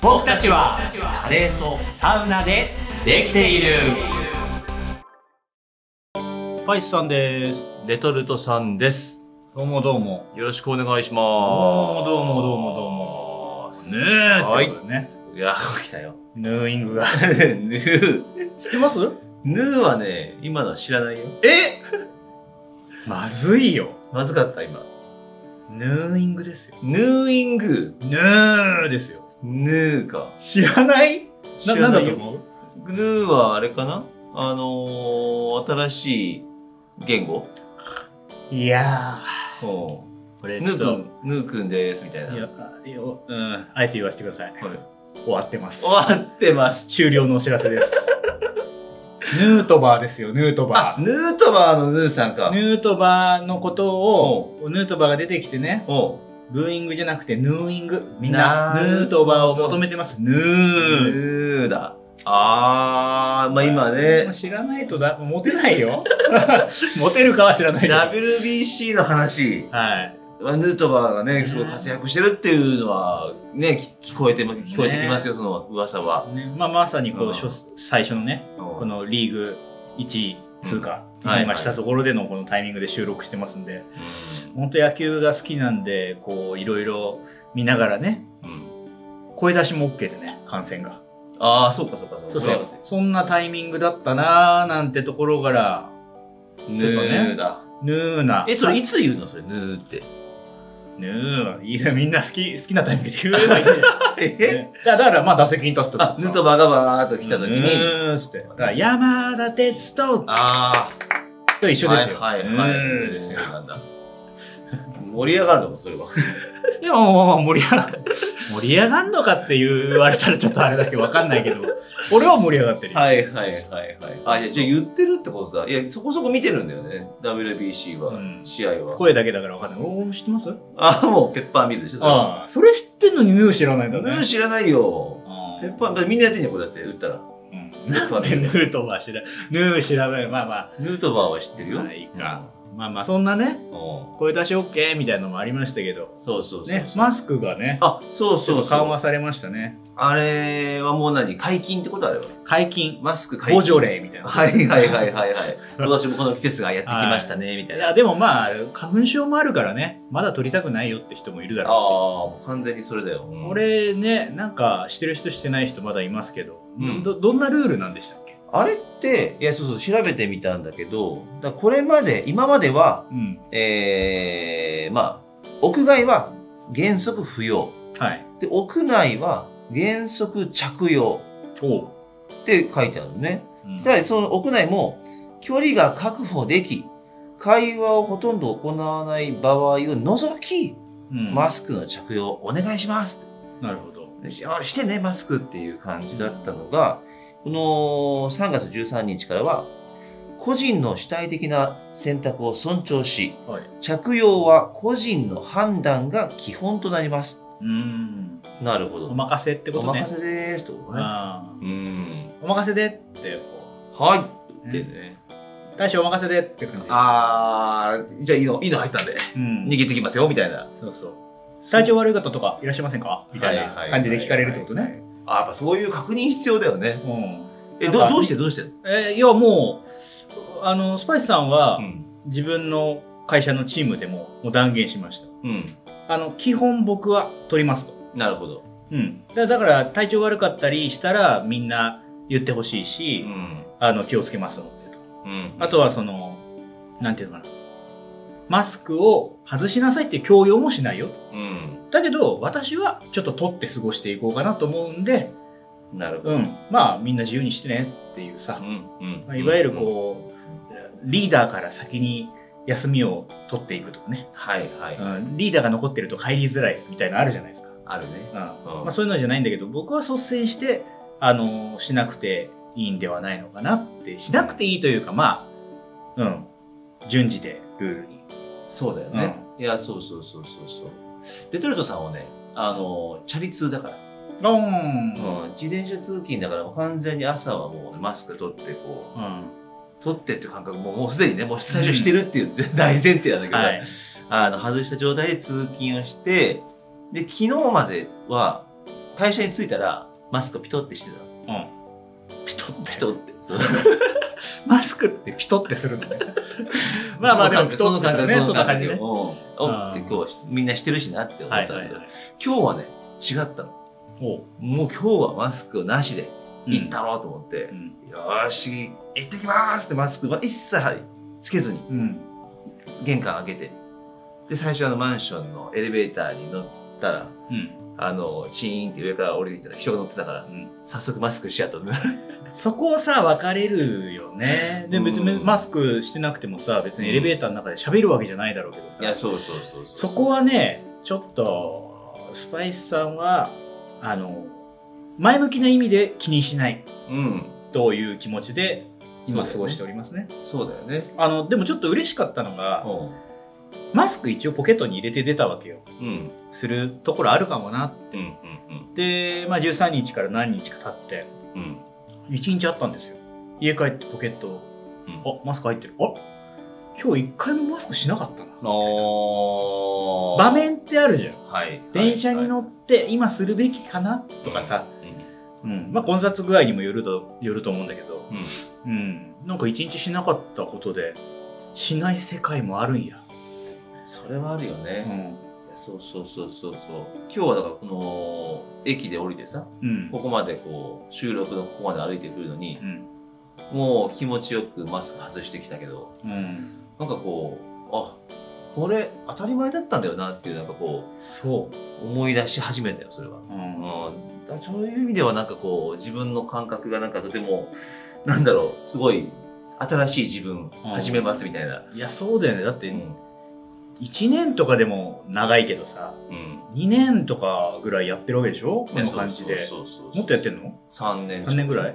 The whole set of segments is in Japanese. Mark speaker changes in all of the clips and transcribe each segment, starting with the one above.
Speaker 1: 僕たちはカレーと
Speaker 2: サウナで
Speaker 1: できている
Speaker 2: スパイスさんです
Speaker 1: レトルトさんです
Speaker 2: どうもどうも
Speaker 1: よろしくお願いし
Speaker 2: どうも
Speaker 1: ま
Speaker 2: どうもどうもどうもねえ
Speaker 1: はい
Speaker 2: ってことでね
Speaker 1: すいや来たよ
Speaker 2: ヌーイングが
Speaker 1: ヌー
Speaker 2: 知ってます
Speaker 1: ヌーはね今のは知らないよ
Speaker 2: えまずいよ
Speaker 1: まずかった今
Speaker 2: ヌーイングですよ
Speaker 1: ヌーイング
Speaker 2: ヌーですよ
Speaker 1: ヌーか
Speaker 2: 知らないな
Speaker 1: 知らい
Speaker 2: なんだと
Speaker 1: よ
Speaker 2: 思う
Speaker 1: ヌーはあれかなあのー、新しい言語
Speaker 2: いや
Speaker 1: うん
Speaker 2: ーこれ
Speaker 1: ヌーくんヌーくんですみたいない
Speaker 2: やあいやうんあえて言わせてください
Speaker 1: はい
Speaker 2: 終わってます
Speaker 1: 終わってます
Speaker 2: 終了のお知らせです ヌートバーですよヌートバ
Speaker 1: あ
Speaker 2: ー
Speaker 1: ヌートバーのヌーさんか
Speaker 2: ヌートバーのことを、ヌートバーが出てきてね、
Speaker 1: おう
Speaker 2: ブーイングじゃなくてヌーイング。みんな、
Speaker 1: な
Speaker 2: ヌ
Speaker 1: るほど
Speaker 2: ートバーを求めてます。ヌー。
Speaker 1: ヌーだあーまあ今ね
Speaker 2: 知らないとだ、モテないよ。 モテるかは知らないよ。は
Speaker 1: WBC の話
Speaker 2: い。
Speaker 1: ヌートバーがねすごい活躍してるっていうのはねき聞こえてま聞こえてきますよその噂は、
Speaker 2: ね、まあ、まさにこ
Speaker 1: う
Speaker 2: う、
Speaker 1: ん
Speaker 2: 初最初のね、このリーグ1位通過、
Speaker 1: うんはい
Speaker 2: 今したところでのこのタイミングで収録してますんで、
Speaker 1: う
Speaker 2: 本当野球が好きなんで、こう、いろいろ見ながらね、
Speaker 1: んうん
Speaker 2: 声出しも OK でね、観戦が。
Speaker 1: ああそうかそうかそうか
Speaker 2: そうそう。そんなタイミングだったなーなんてところから、
Speaker 1: ヌーだ
Speaker 2: ヌーな。
Speaker 1: えそれいつ言うのそれヌーって
Speaker 2: ヌーないやみんな好き、好きなタイミングで言えばいいんだよ
Speaker 1: え
Speaker 2: ねだだから、まあ、打席に立つと
Speaker 1: あヌートバーがバーっと来た時に、
Speaker 2: ヌーっつって。だから、山田哲人
Speaker 1: ああ
Speaker 2: と一緒ですよ。
Speaker 1: はいはいはい
Speaker 2: ヌー
Speaker 1: ですよなんだ盛り上がるのかそれはい
Speaker 2: や、もうもう盛り上がる。盛り上がんのかって言われたらちょっとあれだけどわかんないけど、俺は盛り上がってるよ。
Speaker 1: はいはいはいはい。あ、いやじゃあ言ってるってことだ。いや、そこそこ見てるんだよね。WBC は、
Speaker 2: うん
Speaker 1: 試合は。
Speaker 2: 声だけだからわかんない。おー知ってます
Speaker 1: あ、もうペッパーミルでしょ。それ
Speaker 2: ああ、それ知ってんのにヌー知らないんだ
Speaker 1: ヌ
Speaker 2: ね
Speaker 1: ー。知らないよ。
Speaker 2: あー
Speaker 1: ペッパー、だってみんなやってんじゃん、これだって、打ったら。
Speaker 2: うんな んでヌートバー知らヌー知らない。まあまあ。
Speaker 1: ヌートバーは知ってるよ。
Speaker 2: まあいいか。まあまあ、そんなね、
Speaker 1: うん。うん
Speaker 2: 声出し OK みたいなのもありましたけど、
Speaker 1: そうそうそう。
Speaker 2: ね、マスクがね、
Speaker 1: あ、そう
Speaker 2: ちょ
Speaker 1: そ
Speaker 2: っ
Speaker 1: う
Speaker 2: と
Speaker 1: そ
Speaker 2: 緩
Speaker 1: う。
Speaker 2: 和されましたね。
Speaker 1: あれはもう何解禁ってことあれは。
Speaker 2: 解禁、
Speaker 1: マスク解禁。
Speaker 2: ボジョレーみたいな。
Speaker 1: はいはいはいはいはい。 今年もこの季節がやってきましたね、みたい
Speaker 2: い
Speaker 1: な。あ
Speaker 2: や、でもまあ、花粉症もあるからね、まだ取りたくないよって人もいるだ
Speaker 1: あー、
Speaker 2: ろ
Speaker 1: もう完全にそれだよ。う
Speaker 2: うんし。俺ね、なんか、してる人してない人まだいますけど、
Speaker 1: うん
Speaker 2: ど、どんなルールなんでしたっけ
Speaker 1: あれって、いや、そうそう、調べてみたんだけど、だからこれまで、今までは、
Speaker 2: うん。
Speaker 1: えー、まあ、屋外は原則不要。
Speaker 2: はい。
Speaker 1: で、屋内は原則着用
Speaker 2: おう。
Speaker 1: って書いてあるのね。
Speaker 2: うん
Speaker 1: ただ、その屋内も、距離が確保でき、会話をほとんど行わない場合を除き、
Speaker 2: うん
Speaker 1: マスクの着用お願いします。
Speaker 2: なるほど。
Speaker 1: しあしてね、マスクっていう感じだったのが、この3月13日からは、個人の主体的な選択を尊重し、
Speaker 2: はい。
Speaker 1: 着用は個人の判断が基本となります。
Speaker 2: うーん。
Speaker 1: なるほど。
Speaker 2: お任せってこ
Speaker 1: お
Speaker 2: とね。
Speaker 1: 任せですってことね。
Speaker 2: あー
Speaker 1: うん。
Speaker 2: お任せでって、こ
Speaker 1: はい。
Speaker 2: う
Speaker 1: ってね。
Speaker 2: う大将お任せでって感じ。
Speaker 1: あー、じゃあいいの、いいの入ったんで、
Speaker 2: うん
Speaker 1: 逃げてきますよ、みたいな。
Speaker 2: そうそう。体調悪い方とかいらっしゃいませんかみたいな感じで聞かれるってことね。。
Speaker 1: あーやっぱそういう確認必要だよね。
Speaker 2: うん
Speaker 1: え、
Speaker 2: な
Speaker 1: ど
Speaker 2: んか
Speaker 1: どうしてどうして
Speaker 2: えー要はもう、あの、スパイスさんは
Speaker 1: ん。
Speaker 2: 自分の会社のチームでももう断言しました。
Speaker 1: うん。
Speaker 2: あの、基本僕は取りますと。
Speaker 1: なるほど。
Speaker 2: うん。だだから体調悪かったりしたらみんな言ってほしいうし、
Speaker 1: ん。
Speaker 2: あの、気をつけますのでと。
Speaker 1: うん。
Speaker 2: あとはその、なんていうのかな。マスクを外しなさいって強要もしないよ。
Speaker 1: うん。
Speaker 2: だけど、私はちょっと取って過ごしていこうかなと思うんで、
Speaker 1: なるほど。
Speaker 2: うん、まあみんな自由にしてねっていうさ、まあ、いわゆるこう、リーダーから先に休みを取っていくとかね
Speaker 1: う、ん。はいはい。
Speaker 2: うん、リーダーが残ってると帰りづらいみたいなのあるじゃないですか、
Speaker 1: あるね
Speaker 2: うん。まあ、そういうのじゃないんだけど僕は率先してあのしなくていいんではないのかなってしなくていいというかまあうん順次でルールに
Speaker 1: そうだよね。いや、そうそうそうそうそう。レトルトさんはね、あの、チャリ通だから、
Speaker 2: ロー
Speaker 1: うん
Speaker 2: ン、
Speaker 1: 自転車通勤だから、完全に朝はもうマスク取って、こ
Speaker 2: うん
Speaker 1: う、取ってっていう感覚も、もうすでにね、もう最初してるっていう大前提なんだけど、
Speaker 2: はい、
Speaker 1: あの、外した状態で通勤をして、で、昨日までは、会社に着いたら、マスクピトってしてたの。
Speaker 2: ピ
Speaker 1: ピ
Speaker 2: トって
Speaker 1: トって。そう
Speaker 2: マスクってピトってするのねまあまあでもピ
Speaker 1: そ
Speaker 2: ト
Speaker 1: の
Speaker 2: ってする
Speaker 1: 感
Speaker 2: ね
Speaker 1: 覚、そ
Speaker 2: そ
Speaker 1: ん
Speaker 2: んな
Speaker 1: な
Speaker 2: 感
Speaker 1: 感
Speaker 2: じ
Speaker 1: じ
Speaker 2: ね
Speaker 1: ね。おおって今日、みんなしてるしなって思った
Speaker 2: は
Speaker 1: ん
Speaker 2: いは
Speaker 1: だけ
Speaker 2: い
Speaker 1: ど
Speaker 2: はい、
Speaker 1: 今日はね、違ったの。
Speaker 2: おう
Speaker 1: もう今日はマスクなしで行ったろうと思って、
Speaker 2: うん
Speaker 1: よーし、行ってきますってマスクは一切つけずに
Speaker 2: うん
Speaker 1: 玄関開けて、で、最初あのマンションのエレベーターに乗ったら、
Speaker 2: うん
Speaker 1: あの、チーンって上から降りてきたら人が乗ってたから、
Speaker 2: うん
Speaker 1: 早速マスクしちゃったの。
Speaker 2: そこをさ分かれるよねで別に
Speaker 1: うん
Speaker 2: マスクしてなくてもさ別にエレベーターの中で喋るわけじゃないだろうけどさ
Speaker 1: いや、そうそうそうそう。
Speaker 2: そこはねちょっとスパイスさんはあの前向きな意味で気にしない
Speaker 1: うん。
Speaker 2: という気持ちで今過
Speaker 1: そうだよね
Speaker 2: ごしておりますね
Speaker 1: そうだよね。
Speaker 2: あのでもちょっと嬉しかったのがマスク一応ポケットに入れて出たわけよ
Speaker 1: うん。うん。
Speaker 2: するところあるかもな
Speaker 1: うん。
Speaker 2: で、まあ、13日から何日か経って
Speaker 1: うん。うん。
Speaker 2: 1日あったんですよ家帰ってポケット
Speaker 1: うん。
Speaker 2: あマスク入ってるあ今日一回もマスクしなかったな
Speaker 1: おー
Speaker 2: 場面ってあるじゃん
Speaker 1: はい。
Speaker 2: 電車に乗って今するべきかなとかさ、
Speaker 1: はい、うん
Speaker 2: うんまあ、混雑具合にもよるとよると思うんだけど、
Speaker 1: う
Speaker 2: うんなんか一日しなかったことでしない世界もあるんや、
Speaker 1: それはあるよ
Speaker 2: う
Speaker 1: ね。
Speaker 2: ん
Speaker 1: そうそうそうそうそう。今日はだからこの駅で降りてさ、
Speaker 2: うん
Speaker 1: ここまでこう収録のここまで歩いてくるのに
Speaker 2: う、ん
Speaker 1: もう気持ちよくマスク外してきたけど、
Speaker 2: うん、
Speaker 1: なんかこう、あこれ当たり前だったんだよなっていうなんかこ
Speaker 2: そう
Speaker 1: 思い出し始めたよそれは。
Speaker 2: う、う
Speaker 1: う
Speaker 2: ん
Speaker 1: ん、だそういう意味ではなんかこう自分の感覚がなんかとてもなんだろうすごい新しい自分始めますみたいな。
Speaker 2: いやそうだよねだって
Speaker 1: うん
Speaker 2: 1年とかでも長いけどさ
Speaker 1: うん
Speaker 2: 2年とかぐらいやってるわけでしょこの感じで
Speaker 1: そうそうそうそう
Speaker 2: もっとやってんの
Speaker 1: 3年
Speaker 2: 三年ぐら
Speaker 1: うん
Speaker 2: い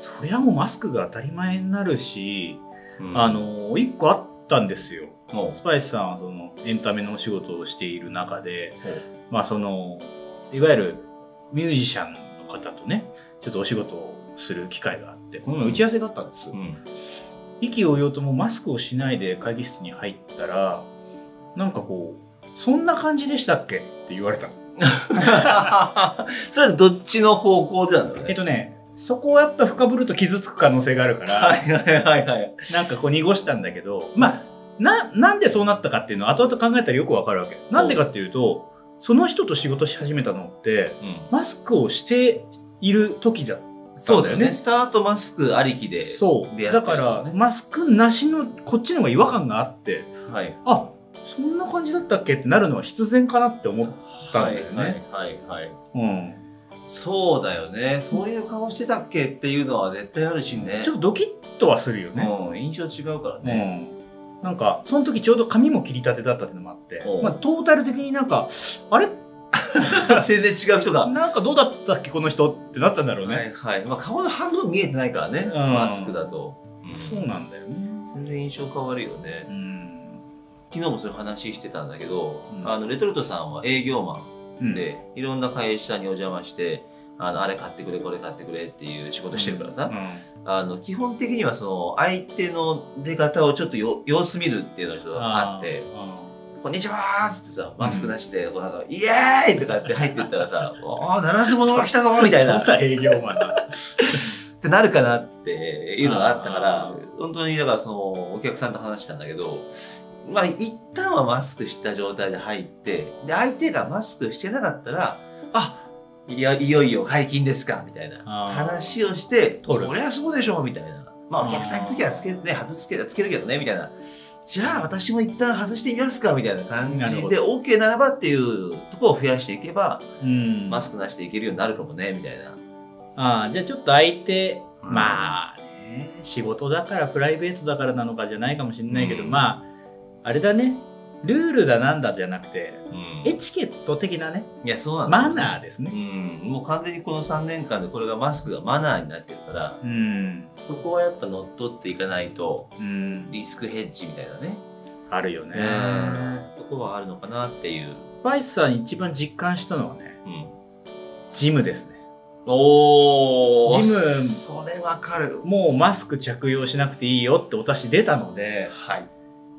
Speaker 2: そりゃもうマスクが当たり前になるし、
Speaker 1: うん
Speaker 2: あの1個あったんですよ
Speaker 1: も
Speaker 2: スパイスさんはそのエンタメのお仕事をしている中で
Speaker 1: ほう、
Speaker 2: まあその、いわゆるミュージシャンの方とね、ちょっとお仕事をする機会があって、この前打ち合わせがあったんです
Speaker 1: う、う。ん
Speaker 2: 意気揚々ともうマスクをしないで会議室に入ったら、なんかこう、そんな感じでしたっけって言われたの。
Speaker 1: それはどっちの方向でなんだろう
Speaker 2: えっ
Speaker 1: ね。
Speaker 2: とね、そこをやっぱ深ぶると傷つく可能性があるから、
Speaker 1: はいはいはいはい。
Speaker 2: なんかこう濁したんだけど、まあ、な、なんでそうなったかっていうのは後々考えたらよくわかるわけ。なんでかっていうと、その人と仕事し始めたのって、
Speaker 1: うん
Speaker 2: マスクをしている時だ。
Speaker 1: そうだよね。スタートマスクありきで。
Speaker 2: そう。
Speaker 1: 出会った
Speaker 2: だ
Speaker 1: り
Speaker 2: か、
Speaker 1: とから
Speaker 2: マスクなしの、こっちの方が違和感があって、
Speaker 1: はい。
Speaker 2: あ、そんな感じだったっけってなるのは必然かなって思ったんだよね。
Speaker 1: はいはいはい。
Speaker 2: うん。
Speaker 1: そうだよね。そういう顔してたっけっていうのは絶対あるしね。
Speaker 2: ちょっとドキッとはするよね。
Speaker 1: うん、印象違うから
Speaker 2: う
Speaker 1: ね。
Speaker 2: ん。なんか、その時ちょうど髪も切り立てだったっていうのもあって
Speaker 1: お、う
Speaker 2: まあ、トータル的になんか、あれ
Speaker 1: 全然違う人が。
Speaker 2: なんかどうだったっけこの人ってなったんだろうね、
Speaker 1: はいはい。まあ顔の反応見えてないからね。
Speaker 2: ん
Speaker 1: マスクだと。
Speaker 2: そうなんだよね
Speaker 1: 全然印象変わるよね
Speaker 2: う。ん、
Speaker 1: 昨日もそれ話してたんだけど、
Speaker 2: うん
Speaker 1: あのレトルトさんは営業マ
Speaker 2: うん
Speaker 1: ンで、いろんな会社にお邪魔して、あのあれ買ってくれこれ買ってくれっていう仕事してるからさ、あの基本的にはその相手の出方をちょっとよ様子見るっていうのがちょっとあってこんにちはーっつってさ、マスクなしで、こうなんか、イエーイとかって入ってったらさ、おー、ならず者が来たぞーみたいな、っ
Speaker 2: た営業マンだ
Speaker 1: てなるかなっていうのがあったか
Speaker 2: あ
Speaker 1: ら
Speaker 2: ー、
Speaker 1: 本当にだからその、お客さんと話したんだけど、まあ、一旦はマスクした状態で入って、で、相手がマスクしてなかったら、あいやいよいよ解禁ですかみたいな
Speaker 2: あー
Speaker 1: 話をして、
Speaker 2: 取る
Speaker 1: そりゃそうでしょみたいな。まあ、お客さん行くときはつけ、ね、外すけど、つけるけどね、みたいな。じゃあ私も一旦外してみますかみたいな感じ
Speaker 2: なるほ
Speaker 1: で OK ならばっていうところを増やしていけば、
Speaker 2: うん
Speaker 1: マスクなしでいけるようになるかもねみたいな
Speaker 2: ああじゃあちょっと相手、
Speaker 1: うん
Speaker 2: まあね仕事だからプライベートだからなのかじゃないかもしれないけど、
Speaker 1: うん
Speaker 2: まああれだねルールだなんだじゃなくてエ
Speaker 1: え
Speaker 2: チケット的なね
Speaker 1: いやそうなんだ
Speaker 2: マナーです
Speaker 1: う
Speaker 2: ね
Speaker 1: んもう完全にこの3年間でこれがマスクがマナーになってるから
Speaker 2: うん、
Speaker 1: そこはやっぱ乗っ取っていかないと
Speaker 2: うん、
Speaker 1: リスクヘッジみたいなね
Speaker 2: あるよね
Speaker 1: とこはあるのかなっていう、
Speaker 2: スパイスさん一番実感したのはね
Speaker 1: うん、
Speaker 2: ジムですね
Speaker 1: おー
Speaker 2: ジム
Speaker 1: それわかる
Speaker 2: もうマスク着用しなくていいよってお達し出たので、
Speaker 1: はい、
Speaker 2: い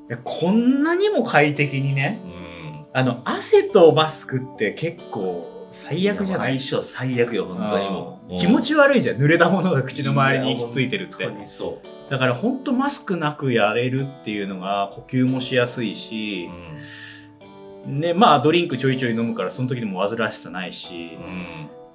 Speaker 2: やこんなにも快適にね、
Speaker 1: うん、
Speaker 2: あの、汗とマスクって結構最悪じゃな
Speaker 1: い
Speaker 2: い
Speaker 1: やもう相性最悪よ本当にもう
Speaker 2: 気持
Speaker 1: ち
Speaker 2: ち悪いじゃん濡れたものが口の周りにひっついてるって
Speaker 1: 本当にそ、
Speaker 2: だから本当マスクなくやれるっていうのが呼吸もしやすいうし
Speaker 1: う、ん
Speaker 2: ねまあドリンクちょいちょい飲むからその時にも煩わしさないし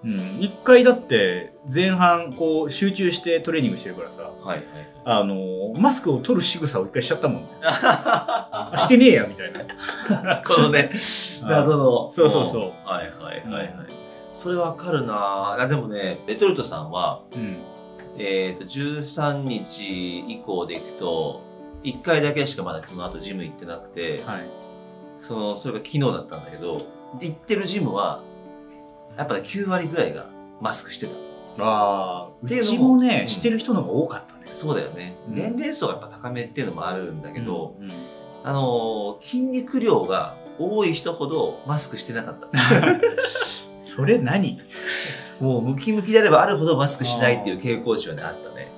Speaker 1: う、ん
Speaker 2: うん、一回だって前半こう集中してトレーニングしてるからさ
Speaker 1: はいはい
Speaker 2: あのマスクを取る仕草を一回しちゃったもんねあしてねえやみたいな
Speaker 1: このね、謎の。
Speaker 2: そうそうそう
Speaker 1: うん。はいはいはいはい。それわかるなぁあでもね、レトルトさんは、
Speaker 2: うん
Speaker 1: えっ、と、13日以降でいくと、1回だけしかまだその後ジム行ってなくて、
Speaker 2: はい
Speaker 1: その、それが昨日だったんだけど、で行ってるジムは、やっぱね、9割ぐらいがマスクしてた。
Speaker 2: あー
Speaker 1: っていう
Speaker 2: う
Speaker 1: の
Speaker 2: ち
Speaker 1: も
Speaker 2: もね、
Speaker 1: うん
Speaker 2: してる人の方が多かったね
Speaker 1: そうだよね。
Speaker 2: うん
Speaker 1: 年齢層がやっぱ高めっていうのもあるんだけど、
Speaker 2: うんうん
Speaker 1: あのー筋肉量が多い人ほどマスクしてなかった。
Speaker 2: それ何
Speaker 1: もうムキムキであればあるほどマスクしないっていう傾向値はねあったね。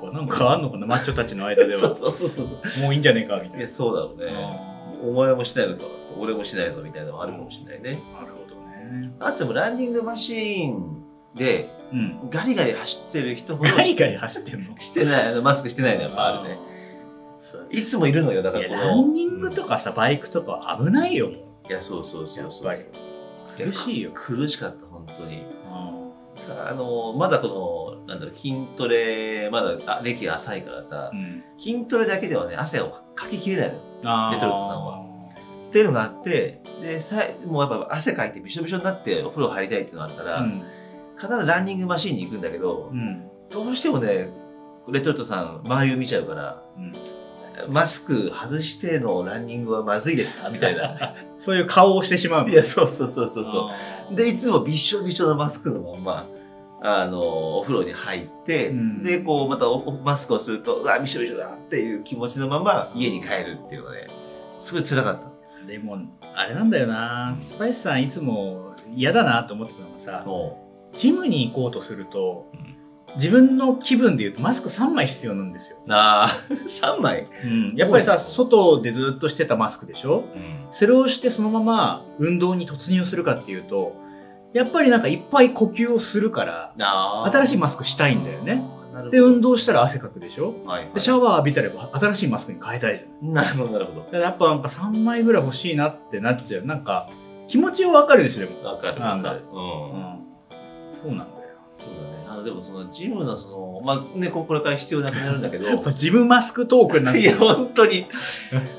Speaker 2: そっかなんかあんのかなマッチョたちの間で
Speaker 1: そう
Speaker 2: は
Speaker 1: そうそうそう。
Speaker 2: もういいんじゃねえかみた
Speaker 1: い
Speaker 2: い
Speaker 1: やそうだろう
Speaker 2: な
Speaker 1: ね。
Speaker 2: あ
Speaker 1: お前もしないのか、そう俺もしないぞみたいなのはあるかもしれないね。
Speaker 2: ーなるほどね
Speaker 1: あとでもランニングマシーンで
Speaker 2: うん
Speaker 1: ガリガリ走ってる人ほど
Speaker 2: ガリガリ走ってんの
Speaker 1: してない、あのマスクしてないのやっぱあるね。
Speaker 2: そう
Speaker 1: いつもいるのよ、だか
Speaker 2: い
Speaker 1: ら
Speaker 2: や
Speaker 1: こ
Speaker 2: ラ
Speaker 1: の。
Speaker 2: ンニングとかさ、バイクとかは危ないよ
Speaker 1: いや、そうそうそうそう。
Speaker 2: やっぱり苦しいよ
Speaker 1: や苦しかった、本当に。あのまだこのなんだろう筋トレまだあ歴が浅いからさ、
Speaker 2: ん、
Speaker 1: 筋トレだけではね汗をかききれないの
Speaker 2: あー
Speaker 1: レトルトさんっていうのがあってでさもうやっぱ汗かいてびしょびしょになってお風呂入りたいっていうのがあるから、
Speaker 2: うん
Speaker 1: 必ずランニングマシーンに行くんだけど、
Speaker 2: うん
Speaker 1: どうしてもねレトルトさん周りを見ちゃうから
Speaker 2: うん、
Speaker 1: マスク外してのランニングはまずいですかみたい な
Speaker 2: そういう顔をしてしまう
Speaker 1: い
Speaker 2: の
Speaker 1: やそうそうそうそうそ
Speaker 2: あ
Speaker 1: う
Speaker 2: ー
Speaker 1: でいつもびしょびしょのマスクのまんまあのお風呂に入って、
Speaker 2: うん
Speaker 1: でこうまたおおマスクをするとうわびしょびしょだっていう気持ちのまま家に帰るっていうので、ね、すごい辛かった
Speaker 2: でもあれなんだよなスパイスさんいつも嫌だなと思ってたのがさ
Speaker 1: も
Speaker 2: ジムに行こうとすると、
Speaker 1: うん
Speaker 2: 自分の気分で言うとマスク3枚必要なんですよ、
Speaker 1: うなあ3 枚、
Speaker 2: うん、やっぱり
Speaker 1: 多い
Speaker 2: さ
Speaker 1: な
Speaker 2: 外でずっとしてたマスクでしょ
Speaker 1: うん
Speaker 2: それをしてそのまま運動に突入するかっていうとやっぱりなんかいっぱい呼吸をするから新
Speaker 1: 新
Speaker 2: しいマスクしたいんだよね。
Speaker 1: なるほど
Speaker 2: で運動したら汗かくでしょ
Speaker 1: はいはい
Speaker 2: でシャワー浴びたら新しいマスクに変えたいじゃん
Speaker 1: なるほどなるほ
Speaker 2: だからやっぱなんか3枚ぐらい欲しいなってなっちゃうなんか気持ちはわかるでしょでも、
Speaker 1: ど。わかる
Speaker 2: な
Speaker 1: わ
Speaker 2: んだ
Speaker 1: かる。うん。
Speaker 2: そうなんだよ
Speaker 1: そうだね。あのでもそのジムのそのまあねここれから必要なくなるん だけど。
Speaker 2: やっぱジムマスクトークになっ
Speaker 1: い
Speaker 2: て
Speaker 1: や本当に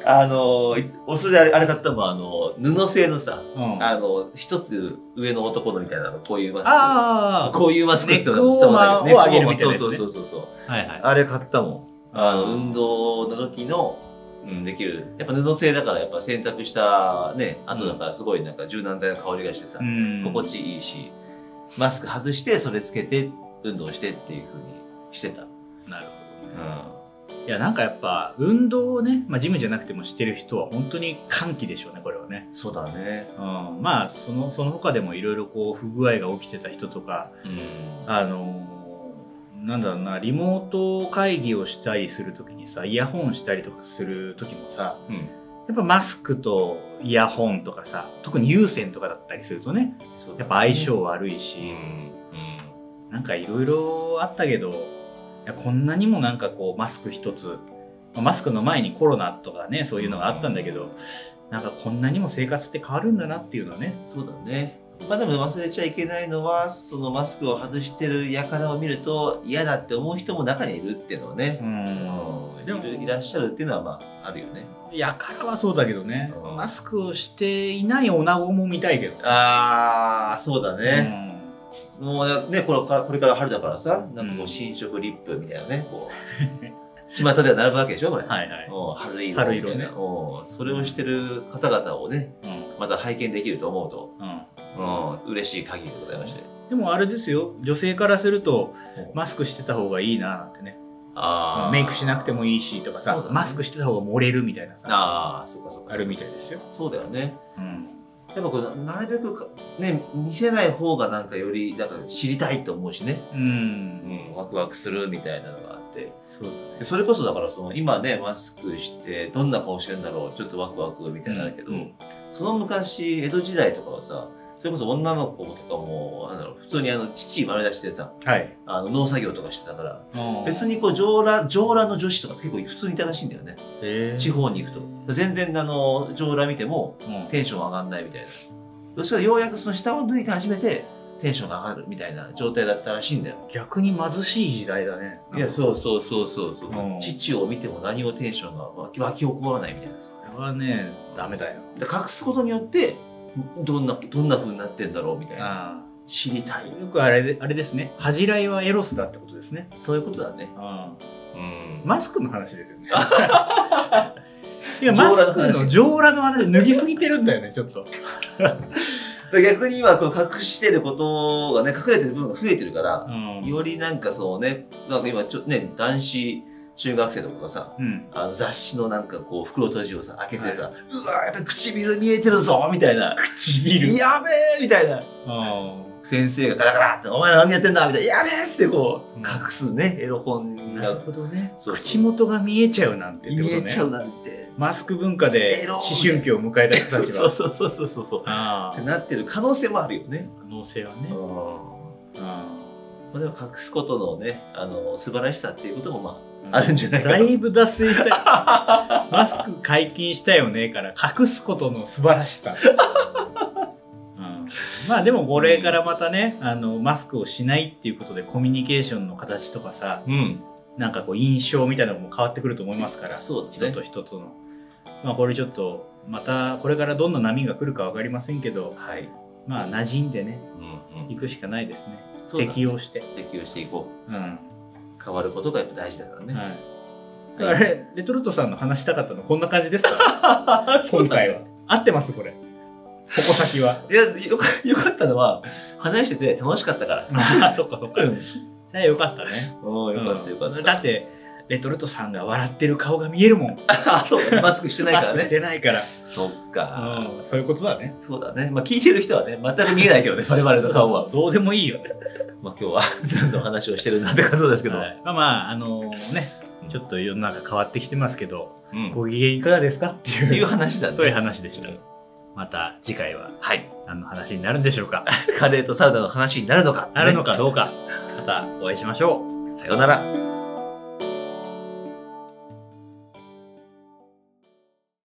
Speaker 1: あのい俺それであれあれ買ったのはあの布製のさ
Speaker 2: うん、あ
Speaker 1: あの一つ上の男のみたいなのこういうマスク。
Speaker 2: あ
Speaker 1: こういうマスクっての
Speaker 2: ネックウォーマ
Speaker 1: 伝わ
Speaker 2: ー
Speaker 1: んないけど
Speaker 2: を上げるみたいなやつ
Speaker 1: そう
Speaker 2: ね
Speaker 1: そうそうそうそう。
Speaker 2: はいはい
Speaker 1: あれ買ったもん。あの
Speaker 2: うん
Speaker 1: 運動の時の、うん、できるやっぱ布製だからやっぱ洗濯したね後だからすごいなんか柔軟剤の香りがしてさ、
Speaker 2: うん
Speaker 1: 心地いいしマスク外してそれつけて運動してっていう風にしてた、
Speaker 2: なるほどね、
Speaker 1: う
Speaker 2: いやなんかやっぱ運動をね、まあ、ジムじゃなくてもしてる人は本当に歓喜でしょうねこれはね、
Speaker 1: ん、そうだね
Speaker 2: うん、まあそのその他でもいろいろこう不具合が起きてた人とか
Speaker 1: うん
Speaker 2: あのーなんだろうなリモート会議をしたりするときにさイヤホンしたりとかするときもさ
Speaker 1: うん
Speaker 2: やっぱマスクとイヤホンとかさ特に有線とかだったりするとね
Speaker 1: そう
Speaker 2: や
Speaker 1: だね
Speaker 2: っぱ相性悪いうし、
Speaker 1: んうん
Speaker 2: なんかいろいろあったけど、いやこんなにもなんかこうマスク一つ、まあマスクの前にコロナとかね、そういうのがあったんだけど、なんかこんなにも生活って変わるんだなっていうのはね。
Speaker 1: そうだねまあでも忘れちゃいけないのはそのマスクを外してる輩を見ると嫌だって思う人も中にいるっていうのはね、うん、
Speaker 2: でも
Speaker 1: いるいらっしゃるっていうのはまああるよね
Speaker 2: やからはそうだけどね、
Speaker 1: うん
Speaker 2: マスクをしていない女子も見たいけど。
Speaker 1: ああそうだね、もうねこれからこれから春だからさなんかこう新色リップみたいなねこう 巷では並ぶわけでしょこれ、
Speaker 2: うんはいはい。
Speaker 1: おう春色
Speaker 2: 春色ね
Speaker 1: みたいなおうそれをしてる方々をね
Speaker 2: うん
Speaker 1: また拝見できると思うと
Speaker 2: うん
Speaker 1: うん嬉しい限りでございまして
Speaker 2: でもあれですよ、女性からすると
Speaker 1: うん
Speaker 2: マスクしてた方がいいななんてね。
Speaker 1: あ
Speaker 2: メイクしなくても
Speaker 1: い
Speaker 2: いいしとか
Speaker 1: そう
Speaker 2: さ、
Speaker 1: だね
Speaker 2: マスクしてた方が漏れるみたいなさ、
Speaker 1: ああそうかそうか
Speaker 2: あるみたいですよ。
Speaker 1: そうだよね
Speaker 2: うん
Speaker 1: やっぱこれなるべくかね見せない方がなんかよりだから知りたいと思うしね、
Speaker 2: う、
Speaker 1: うんん、ワクワクするみたいなのがあって
Speaker 2: そうだね
Speaker 1: でそれこそだからその今ねマスクしてどんな顔してるんだろうちょっとワクワクみたいになるけど、
Speaker 2: うん
Speaker 1: その昔江戸時代とかはさそれこそ女の子とかもなんだろう普通にあの父丸出しでさ
Speaker 2: はい。
Speaker 1: あの農作業とかしてたから別
Speaker 2: に、
Speaker 1: にこう上羅上羅の女子とかって結構普通にいたらしいんだよね
Speaker 2: えー
Speaker 1: 地方に行くと全然あの上羅見ても
Speaker 2: うん
Speaker 1: テンション上がんないみたいなそしたらようやくその下を抜いて初めてテンションが上がるみたいな状態だったらしいんだよ
Speaker 2: 逆に貧しい時代だね。
Speaker 1: いやそうそうそうそうそう、
Speaker 2: うん
Speaker 1: 父を見ても何もテンションが湧き湧き起こらないみたいな
Speaker 2: それはね、ダメだよ。
Speaker 1: で隠すことによってどんなどんな風になってんだろうみたいな
Speaker 2: あ
Speaker 1: 知りたい
Speaker 2: あよくあれであれですね。恥じらいはエロスだってことですね。
Speaker 1: そういうことだね
Speaker 2: ああ
Speaker 1: うん
Speaker 2: マスクの話ですよ ね。いや、マスクの上裸の話、脱ぎすぎてるん だよね、ちょっと。
Speaker 1: 逆に今こう隠してることがね隠れてる部分が増えてるから、
Speaker 2: ん。
Speaker 1: よりなんかそうねなんか今ちょね男子中学生とかがさ
Speaker 2: うん。
Speaker 1: あの雑誌のなんかこう袋閉じをさ開けてさ、うわやっぱり唇見えてるぞみたいな
Speaker 2: 唇。
Speaker 1: やべえみたいな
Speaker 2: あ
Speaker 1: 先生がガラガラって「お前ら何やってんだ」みたいな「やべえ!」っつってこう
Speaker 2: うん
Speaker 1: 隠すねエロ
Speaker 2: あ
Speaker 1: 本
Speaker 2: な
Speaker 1: が
Speaker 2: るほどね
Speaker 1: そうそう
Speaker 2: 口元が見えちゃうなんてって
Speaker 1: 見
Speaker 2: ことね。
Speaker 1: えちゃうなんて。
Speaker 2: マスク文化で
Speaker 1: エロ
Speaker 2: 思春期を迎えた人たち
Speaker 1: そ
Speaker 2: は。
Speaker 1: うそうそうそうそうそう
Speaker 2: あ
Speaker 1: って
Speaker 2: あ
Speaker 1: なってる可能性もあるよね。
Speaker 2: 可能性は
Speaker 1: う
Speaker 2: ね
Speaker 1: ん。
Speaker 2: あ
Speaker 1: まあ、でも隠すことのねあの素晴らしさっていうこともまあ
Speaker 2: あ
Speaker 1: あるんじゃないか
Speaker 2: だ
Speaker 1: ない
Speaker 2: ぶ脱水したよマスク解禁したよねから隠すことの素晴らしさ、うん、まあでもこれからまたねあのマスクをしないっていうことでコミュニケーションの形とかさ
Speaker 1: うん
Speaker 2: なんかこう印象みたいなのも変わってくると思いますから
Speaker 1: そうだ
Speaker 2: 人
Speaker 1: ね
Speaker 2: と人との、まあ、これちょっとまたこれからどんな波が来るか分かりませんけど
Speaker 1: はい、
Speaker 2: まあ馴染んでね
Speaker 1: うんうん、
Speaker 2: 行くしかないですね
Speaker 1: そうだ
Speaker 2: 適応して、
Speaker 1: 適応していこ
Speaker 2: うんは
Speaker 1: う変わることがやっぱ大事だからね、
Speaker 2: い、あれ、レトルトさんの話したかったのこんな感じですか 今回は。合ってますこれ。ここ先は。
Speaker 1: いやよかよかったのは話してて楽しかったから
Speaker 2: ああ、そっかそっか。
Speaker 1: うん
Speaker 2: じゃあよかったね。
Speaker 1: おーよかったよか
Speaker 2: うん
Speaker 1: っ
Speaker 2: だって、レトルトさんが笑ってる顔が見えるもん。
Speaker 1: た、 あそうだねマスクしてないから
Speaker 2: マスクし
Speaker 1: ね
Speaker 2: てないから。
Speaker 1: そっか、
Speaker 2: うんそういうことだね。
Speaker 1: そうだねまあ聞いてる人はね全く見えないけ どね我々の顔は
Speaker 2: どうでもいいよね。
Speaker 1: まあ今日は 何の話をしてるんだって感じですけど、
Speaker 2: はいまあまあ、あのね、ちょっと世の中変わってきてますけど、
Speaker 1: うん
Speaker 2: ご機嫌いかがですかって
Speaker 1: ってい
Speaker 2: いうう、
Speaker 1: 話だね
Speaker 2: そういう話でした
Speaker 1: うん。
Speaker 2: また次回は
Speaker 1: はい
Speaker 2: 何の話になるんでしょうか。
Speaker 1: カレーとサウナの話になるのか
Speaker 2: なるのかどうか、またお会いしましょう。
Speaker 1: さようなら